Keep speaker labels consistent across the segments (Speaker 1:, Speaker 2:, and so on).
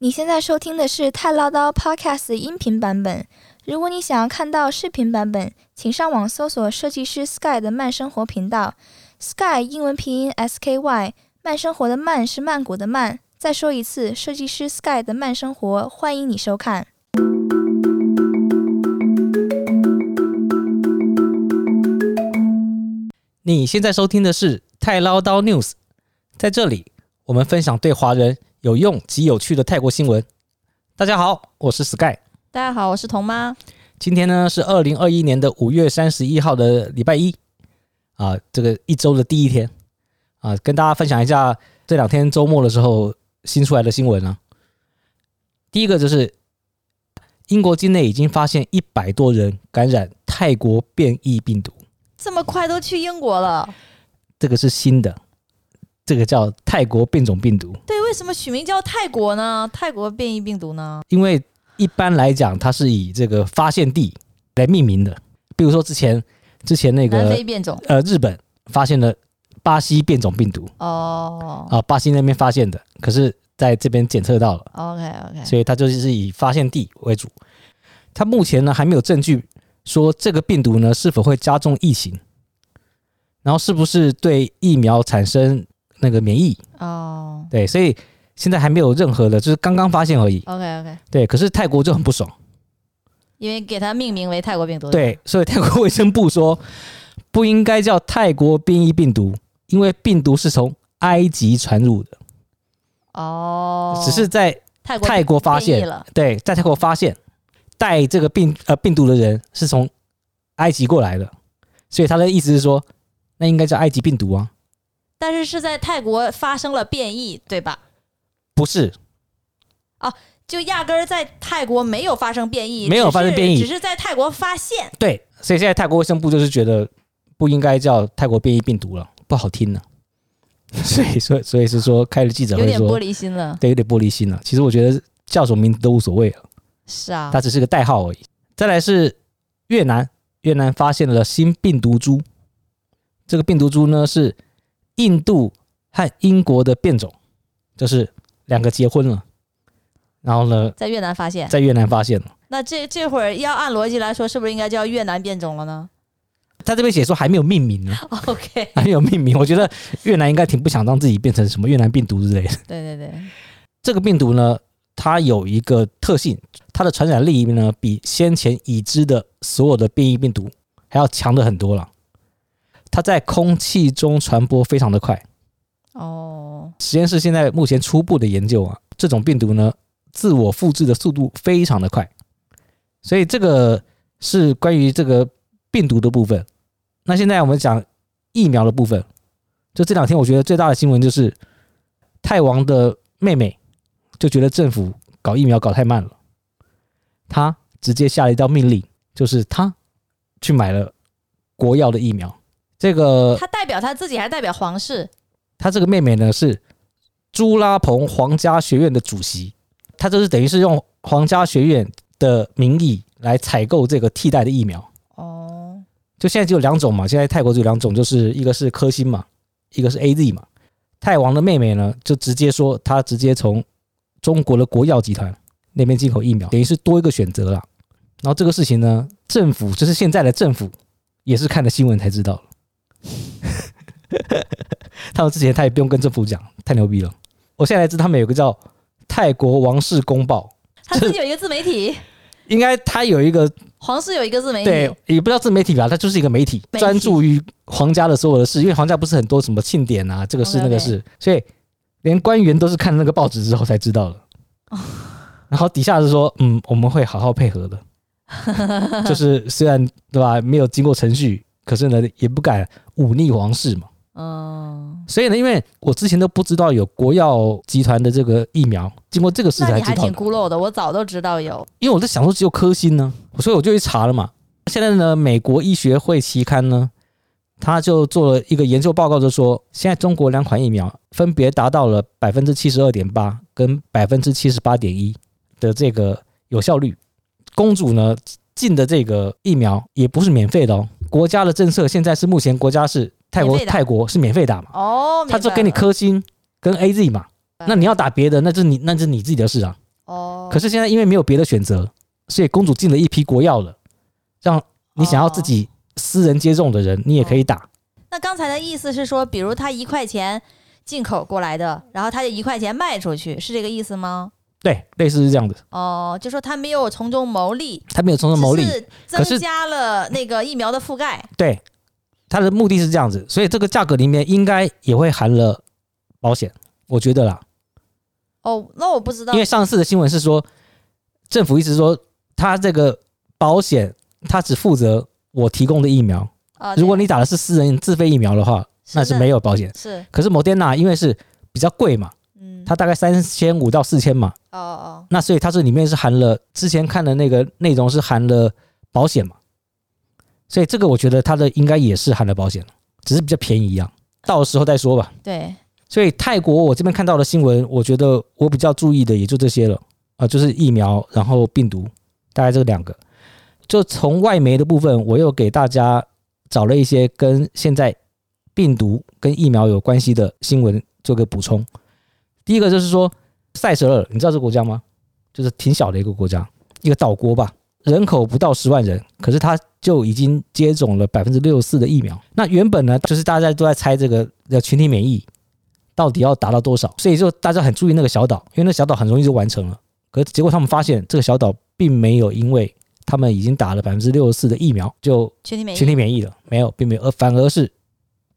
Speaker 1: 你现在收听的是《太唠叨 Podcast》音频版本。如果你想要看到视频版本，请上网搜索设计师 Sky 的慢生活频道。Sky 英文拼音 S K Y，慢生活的慢是曼谷的慢。再说一次，设计师 Sky 的慢生活，欢迎你收看。
Speaker 2: 你现在收听的是《太唠叨 News》，在这里我们分享对华人有用及有趣的泰国新闻。大家好，我是 Sky，
Speaker 3: 大家好，我是童妈。
Speaker 2: 今天呢是二零二一年的五月三十一号的礼拜一啊，这个一周的第一天啊，跟大家分享一下这两天周末的时候新出来的新闻啊。第一个就是英国境内已经发现一百多人感染泰国变异病毒。
Speaker 3: 这么快都去英国了？
Speaker 2: 这个是新的，这个叫泰国变种病毒。
Speaker 3: 对，为什么取名叫泰国呢？泰国变异病毒呢？
Speaker 2: 因为一般来讲，它是以这个发现地来命名的。比如说之前之前那
Speaker 3: 南
Speaker 2: 个
Speaker 3: 非变种
Speaker 2: 呃日本发现了巴西变种病毒
Speaker 3: 哦。
Speaker 2: 啊、巴西那边发现的，可是在这边检测到了，
Speaker 3: OK OK，
Speaker 2: 所以它就是以发现地为主。它目前呢还没有证据说这个病毒呢是否会加重疫情，然后是不是对疫苗产生那个免疫，
Speaker 3: 哦
Speaker 2: 对，所以现在还没有任何的，就是刚刚发现而已。
Speaker 3: ，OK OK，
Speaker 2: 对，可是泰国就很不爽，
Speaker 3: 因为给它命名为泰国病毒。，
Speaker 2: 对，所以泰 国卫生部说不应该叫泰国变异病毒，因为病毒是从埃及传入的，
Speaker 3: 哦，
Speaker 2: 只是在
Speaker 3: 泰国
Speaker 2: 泰国发
Speaker 3: 变异
Speaker 2: 现，
Speaker 3: 了。
Speaker 2: 对，在泰国发现带这个病呃病毒的人是从埃及过来的，所以他的意思是说，那应该叫埃及病毒啊，
Speaker 3: 但是是在泰国发生了变异，对吧？
Speaker 2: 不是
Speaker 3: 就压根儿在泰国没有发生变异，
Speaker 2: 没有
Speaker 3: 只是
Speaker 2: 发生变异
Speaker 3: 只是在泰国发现。
Speaker 2: 对，所以现在泰国卫生部就是觉得不应该叫泰国变异病毒了，不好听呢、啊 所以说，所以是说开了记者
Speaker 3: 有
Speaker 2: 会
Speaker 3: 点玻
Speaker 2: 说，
Speaker 3: 璃心了，
Speaker 2: 对，有点玻璃心了、其实我觉得叫什么名字都无所谓了，
Speaker 3: 是啊
Speaker 2: 它，只是个代号而已。再来是越南，越南发现了新病毒株，这个病毒株呢是印度和英国的变种，就是两个结婚了，然后呢
Speaker 3: 在越南发现。
Speaker 2: 在越南发现了。
Speaker 3: 那这这会儿要按逻辑来说，是不是应该叫越南变种了呢
Speaker 2: 他这边写说还没有命名呢，啊
Speaker 3: ？OK，
Speaker 2: 还没有命名。我觉得越南应该挺不想让自己变成什么越南病毒之类的。
Speaker 3: 对对对，
Speaker 2: 这个病毒呢，它有一个特性，它的传染力呢比先前已知的所有的变异病毒还要强的很多了。它在空气中传播非常的快。
Speaker 3: 哦，
Speaker 2: 实验室现在目前初步的研究啊，这种病毒呢，自我复制的速度非常的快，所以这个是关于这个病毒的部分。那现在我们讲疫苗的部分，就这两天我觉得最大的新闻就是泰王的妹妹就觉得政府搞疫苗搞太慢了，她直接下了一道命令，就是她去买了国药的疫苗。这个
Speaker 3: 他代表他自己还是代表皇室？
Speaker 2: 她这个妹妹呢是朱拉蓬皇家学院的主席，她就是等于是用皇家学院的名义来采购这个替代的疫苗。
Speaker 3: 哦，
Speaker 2: 就现在只有两种嘛，现在泰国只有两种，就是一个是科兴嘛，一个是 A Z 嘛。泰王的妹妹呢，就直接说她直接从中国的国药集团那边进口疫苗，等于是多一个选择啦。然后这个事情呢，政府就是现在的政府也是看了新闻才知道了。 他们之前他也不用跟政府讲，太牛逼了。我现在才知道他们有个叫泰国王室公报，
Speaker 3: 他自己有一个自 媒体，
Speaker 2: 应该他有一个
Speaker 3: 皇室有一个自媒
Speaker 2: 对
Speaker 3: 体。，
Speaker 2: 也不知道自媒体吧，它就是一个媒体，
Speaker 3: 媒体
Speaker 2: 专注于皇家的所有的事，因为皇家不是很多什么庆典啊，这个事
Speaker 3: OK，OK
Speaker 2: 那个事，所以连官员都是看那个报纸之后才知道的。
Speaker 3: 哦
Speaker 2: 然后底下是说，嗯，我们会好好配 合的，就是虽然对吧，没有经过程序，可是呢，也不敢忤逆皇室嘛。
Speaker 3: 嗯，
Speaker 2: 所以呢，因为我之前都不知道有国药集团的这个疫苗，经过这个事
Speaker 3: 那
Speaker 2: 才
Speaker 3: 你
Speaker 2: 知
Speaker 3: 还
Speaker 2: 道
Speaker 3: 挺
Speaker 2: 的。
Speaker 3: 孤陋的，我早都知道有。
Speaker 2: 因为我在想说只有科兴呢，所以我就去查了嘛。现在呢，美国医学会期刊呢，他就做了一个研究报告，就说现在中国两款疫苗分别达到了百分之七十二点八跟百分之七十八点一的这个有效率。公主呢进的这个疫苗也不是免费的哦，国家的政策现在是目前国家是泰国
Speaker 3: 免费打
Speaker 2: 泰国是免费打嘛，
Speaker 3: 哦，
Speaker 2: 他就
Speaker 3: 明白
Speaker 2: 给你
Speaker 3: 了
Speaker 2: 科兴跟 A Z 嘛，那你要打别的，那就是你那就是你自己的事啊。
Speaker 3: 哦
Speaker 2: 可是现在因为没有别的选择，所以公主进了一批国药
Speaker 3: 哦
Speaker 2: 了，让你想要自己私人接种的人，你也可以
Speaker 3: 哦
Speaker 2: 打。
Speaker 3: 那刚才的意思是说，比如他一块钱进口过来的，然后他就一块钱卖出去，是这个意思吗？
Speaker 2: 对，类似是这样的，
Speaker 3: 哦，就说他没有从中牟利，
Speaker 2: 他没有从中牟利
Speaker 3: 只，是
Speaker 2: 可是
Speaker 3: 增加了那个疫苗的覆盖。
Speaker 2: 对，它的目的是这样子，所以这个价格里面应该也会含了保险，我觉得啦，
Speaker 3: 哦，那我不知道
Speaker 2: 因为上次的新闻是说，政府一直说它这个保险它只负责我提供的疫苗，
Speaker 3: 啊。
Speaker 2: 如果
Speaker 3: 这
Speaker 2: 你打的是私人自费疫苗的话，那是没
Speaker 3: 有
Speaker 2: 有保险。
Speaker 3: 是，
Speaker 2: 可是 Moderna 因为是比较贵嘛，
Speaker 3: 嗯，
Speaker 2: 它大概三千五到四千嘛，
Speaker 3: 哦哦，
Speaker 2: 那所以它这里面是含了之前看的那个内容是含了保险嘛，所以这个我觉得它的应该也是含了保险，只是比较便宜一样，到时候再说吧。
Speaker 3: 对，
Speaker 2: 所以泰国我这边看到的新闻，我觉得我比较注意的也就这些了啊、呃就是疫苗，然后病毒，大概这两个。就从外媒的部分，我又给大家找了一些跟现在病毒跟疫苗有关系的新闻做个补充。第一个就是说，塞舌尔，你知道这个国家吗？就是挺小的一个国家，一个岛国吧，人口不到十万人，可是它就已经接种了百分之六四的疫苗。那原本呢，就是大家都在猜这个叫群体免疫，到底要达到多少，所以就大家很注意那个小岛，因为那小岛很容易就完成了。可是结果他们发现，这个小岛并没有因为他们已经打了百分之六十四的疫苗就
Speaker 3: 群体免
Speaker 2: 群
Speaker 3: 疫
Speaker 2: 体免疫了，没有，并没有，而反而是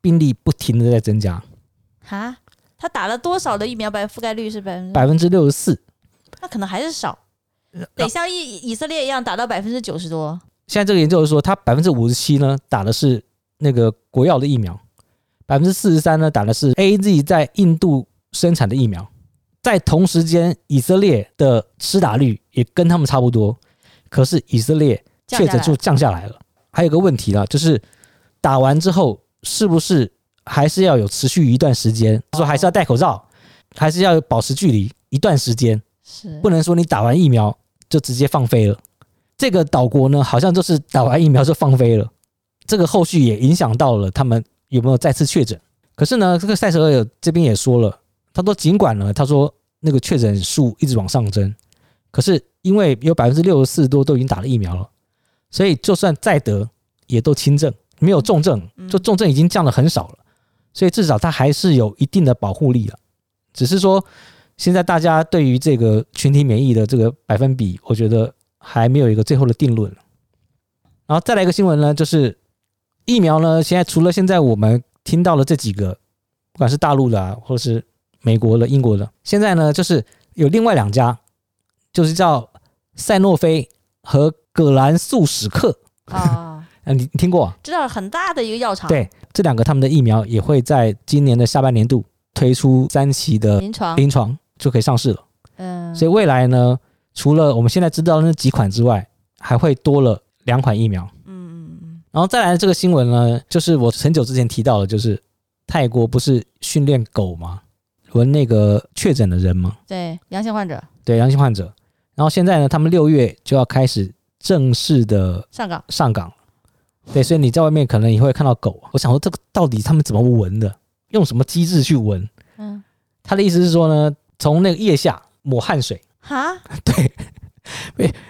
Speaker 2: 病例不停的在增加，
Speaker 3: 啊，他打了多少的疫苗？百覆盖率是百分之，
Speaker 2: 百呃分之六十四。
Speaker 3: 那可能还是少，得
Speaker 2: 然后
Speaker 3: 像以以色列一样打到百分之九十多。
Speaker 2: 现在这个研究是说，他百分之五十七呢打的是那个国药的疫苗，百分之四十三呢打的是 A Z 在印度生产的疫苗，在同时间以色列的施打率也跟他们差不多，可是以色列
Speaker 3: 降
Speaker 2: 确
Speaker 3: 下
Speaker 2: 诊
Speaker 3: 来
Speaker 2: 数降下来了。还有一个问题啦，就是打完之后是不是还是要有持续一段时间？
Speaker 3: 哦
Speaker 2: 说还是要戴口罩，还是要保持距离一段时间，
Speaker 3: 是
Speaker 2: 不能说你打完疫苗就直接放飞了。这个岛国呢，好像就是打完疫苗就放飞了，这个后续也影响到了他们有没有再次确诊。可是呢，这个塞舌尔这边也说了，他说尽管呢，他说那个确诊数一直往上增，可是因为有百分之六十四多都已经打了疫苗了，所以就算再得也都轻症，没有重症，
Speaker 3: 嗯
Speaker 2: 就重症已经降的很少了，所以至少它还是有一定的保护力了。只是说现在大家对于这个群体免疫的这个百分比，我觉得还没有一个最后的定论。然后再来一个新闻呢，就是疫苗呢，现在除了现在我们听到了这几个，不管是大陆的啊，或者是美国的、英国的，现在呢就是有另外两家，就是叫赛诺菲和葛兰素史克，
Speaker 3: 啊，
Speaker 2: 啊，你你听过、啊？
Speaker 3: 知道很大的一个药厂，
Speaker 2: 对，这两个他们的疫苗也会在今年的下半年度推出三期的
Speaker 3: 临床，
Speaker 2: 临床，就可以上市了。
Speaker 3: 嗯，
Speaker 2: 所以未来呢，除了我们现在知道的那几款之外，还会多了两款疫苗。
Speaker 3: 嗯嗯嗯，
Speaker 2: 然后再来这个新闻呢，就是我很久之前提到的，就是泰国不是训练狗吗？轮那个确诊的人吗？
Speaker 3: 对，阳性患者
Speaker 2: 对，阳性患者。然后现在呢，他们六月就要开始正式的
Speaker 3: 上岗，
Speaker 2: 上岗了。对，所以你在外面可能也会看到狗。啊我想说，这个到底他们怎么闻的？用什么机制去闻？
Speaker 3: 嗯，
Speaker 2: 他的意思是说呢，从那个腋下抹汗水，
Speaker 3: 哈，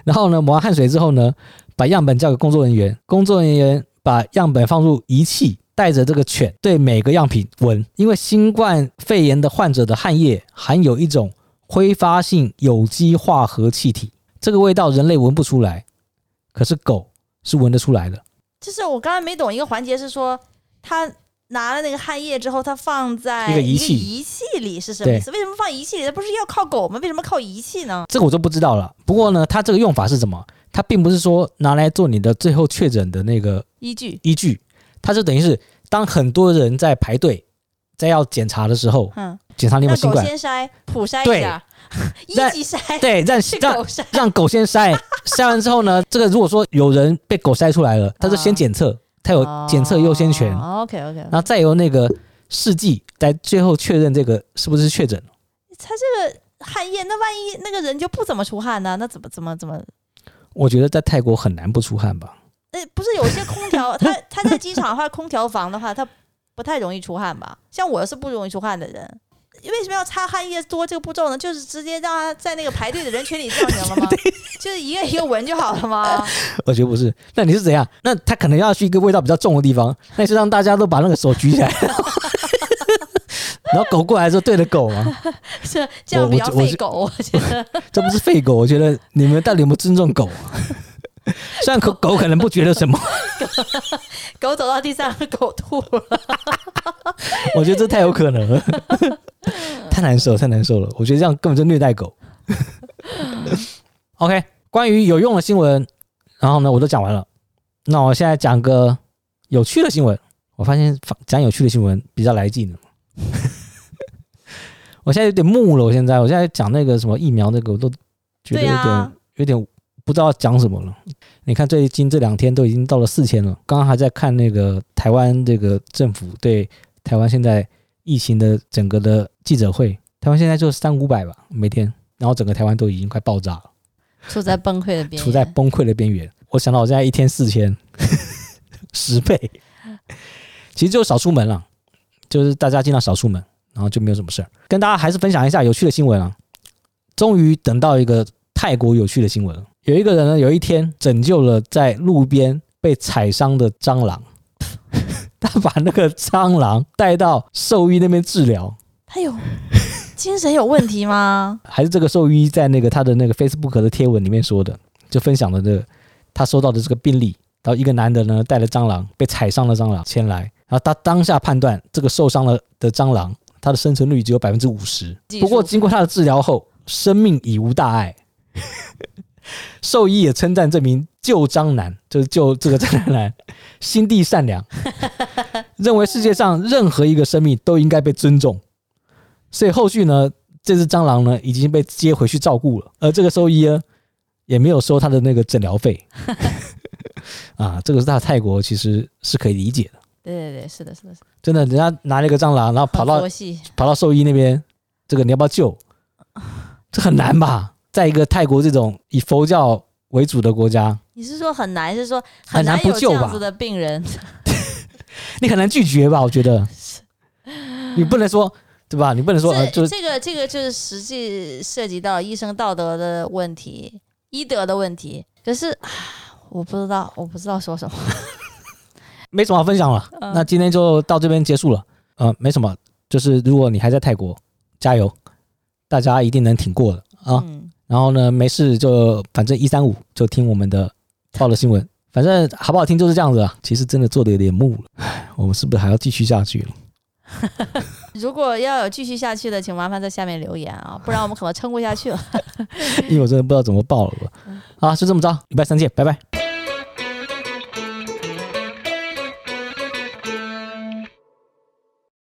Speaker 2: 然后呢，抹完汗水之后呢，把样本交给工作人员，工作人员把样本放入仪器，带着这个犬对每个样品闻，因为新冠肺炎的患者的汗液含有一种挥发性有机化合气体，这个味道人类闻不出来，可是狗是闻得出来的。
Speaker 3: 就是我刚才没懂一个环节是说，他拿了那个汗液之后，他放在
Speaker 2: 一个仪器
Speaker 3: 仪器里是什么意思？为什么放仪器里？它不是要靠狗吗？为什么靠仪器呢？
Speaker 2: 这个我就不知道了。不过呢，它这个用法是什么？它并不是说拿来做你的最后确诊的那个
Speaker 3: 依据，
Speaker 2: 依据，它就等于是当很多人在排队在要检查的时候，
Speaker 3: 嗯，
Speaker 2: 检查你有没有
Speaker 3: 让
Speaker 2: 新
Speaker 3: 狗
Speaker 2: 冠。
Speaker 3: 先筛，普筛
Speaker 2: 对
Speaker 3: 一下， 一
Speaker 2: 那
Speaker 3: 级 筛，
Speaker 2: 对，让
Speaker 3: 是
Speaker 2: 让
Speaker 3: 狗筛，
Speaker 2: 让狗先筛，筛完之后呢，这个如果说有人被狗筛出来了，他就先
Speaker 3: 啊哦
Speaker 2: 检测，他有检测优先权，然
Speaker 3: OK OK，
Speaker 2: 后再由那个试剂来最后确认这个是不是确诊。
Speaker 3: 他这个汗液，那万一那个人就不怎么出汗呢？那怎么怎么怎么？
Speaker 2: 我觉得在泰国很难不出汗吧？
Speaker 3: 呃，不是有些 空调，他他在机场的话，空调房的话，他不太容易出汗吧？像我是不容易出汗的人，为什么要擦汗液多这个步骤呢？就是直接让他在那个排队的人群里就行 了吗？就是一个一个闻就好了吗？
Speaker 2: 我觉得不是。那你是怎样？那他可能要去一个味道比较重的地方，那你是让大家都把那个手举起来， 然后狗过来的时候对着狗吗？
Speaker 3: 这这样
Speaker 2: 我
Speaker 3: 比较
Speaker 2: 我
Speaker 3: 费狗，我觉得。
Speaker 2: 这不是废狗？我觉得你们到底有没有尊重狗啊？ 虽然狗狗可能不觉得什么，
Speaker 3: 狗走到地上，狗吐了。
Speaker 2: 我觉得这太有可能了，太难受，太难受了。我觉得这样根本就虐待狗。OK，关于有用的新闻，然后呢，我都讲完了。那我现在讲个有趣的新闻。我发现发讲有趣的新闻比较来劲呢。 我现在有点木了，我现在我现在讲那个什么疫苗那个，我都觉得有
Speaker 3: 对
Speaker 2: 点、
Speaker 3: 啊
Speaker 2: 有点不知道讲什么了。你看最近这两天都已经到了四千了，刚刚还在看那个台湾这个政府对台湾现在疫情的整个的记者会，台湾现在就三五百吧每天，然后整个台湾都已经快爆炸了，
Speaker 3: 处在崩溃的边缘，
Speaker 2: 处在崩溃的边缘。我想到我现在一天四千，十倍，其实就少出门了，就是大家尽量少出门，然后就没有什么事儿。跟大家还是分享一下有趣的新闻啊，终于等到一个泰国有趣的新闻了。有一个人呢，有一天拯救了在路边被踩伤的蟑螂， 他把那个蟑螂带到兽医那边治疗，
Speaker 3: 他有精神有问题吗？
Speaker 2: 还是这个兽医在那个他的那个 Facebook 的贴文里面说的，就分享的这个他收到的这个病例，然后一个男的呢带了蟑螂被踩伤了蟑螂前来，然后他当下判断这个受伤了的蟑螂它的生存率只有百分之五十，
Speaker 3: 技术
Speaker 2: 不过经过他的治疗后，生命已无大碍。兽医也称赞这名救蟑男，就是救这个蟑男，心地善良，认为世界上任何一个生命都应该被尊重。所以后续呢，这只蟑螂呢已经被接回去照顾了，而这个兽医呢也没有收他的那个诊疗费。 啊，这个是在泰国其实是可以理解的，
Speaker 3: 对对对，是的，是的，是的
Speaker 2: 真的，人家拿了一个蟑螂，然后跑
Speaker 3: 很
Speaker 2: 到
Speaker 3: 佛系，
Speaker 2: 跑到兽医那边，这个你要不要救？这很难吧？在一个泰国这种以佛教为主的国家，
Speaker 3: 你是说很难，是说
Speaker 2: 很难
Speaker 3: 难
Speaker 2: 不
Speaker 3: 有这
Speaker 2: 救
Speaker 3: 样
Speaker 2: 吧
Speaker 3: 子的病人？
Speaker 2: 你很难拒绝吧？我觉得，你不能说对吧？你不能说呃，
Speaker 3: 这
Speaker 2: 就是
Speaker 3: 这个这个就是实际涉及到医生道德的问题、医德的问题。可是啊，我不知道，我不知道说什么。
Speaker 2: 没什么好分享了。
Speaker 3: 嗯
Speaker 2: 那今天就到这边结束了。呃，没什么，就是如果你还在泰国，加油，大家一定能挺过的啊。
Speaker 3: 嗯，
Speaker 2: 然后呢，没事就反正一三五就听我们的报了新闻，反正好不好听就是这样子啊。其实真的做的有点木了，唉，我们是不是还要继续下去了？
Speaker 3: 如果要有继续下去的，请麻烦在下面留言啊，不然我们可能撑不下去了。嗯
Speaker 2: 因为我真的不知道怎么报了。好，就这么着，礼拜三见，拜拜。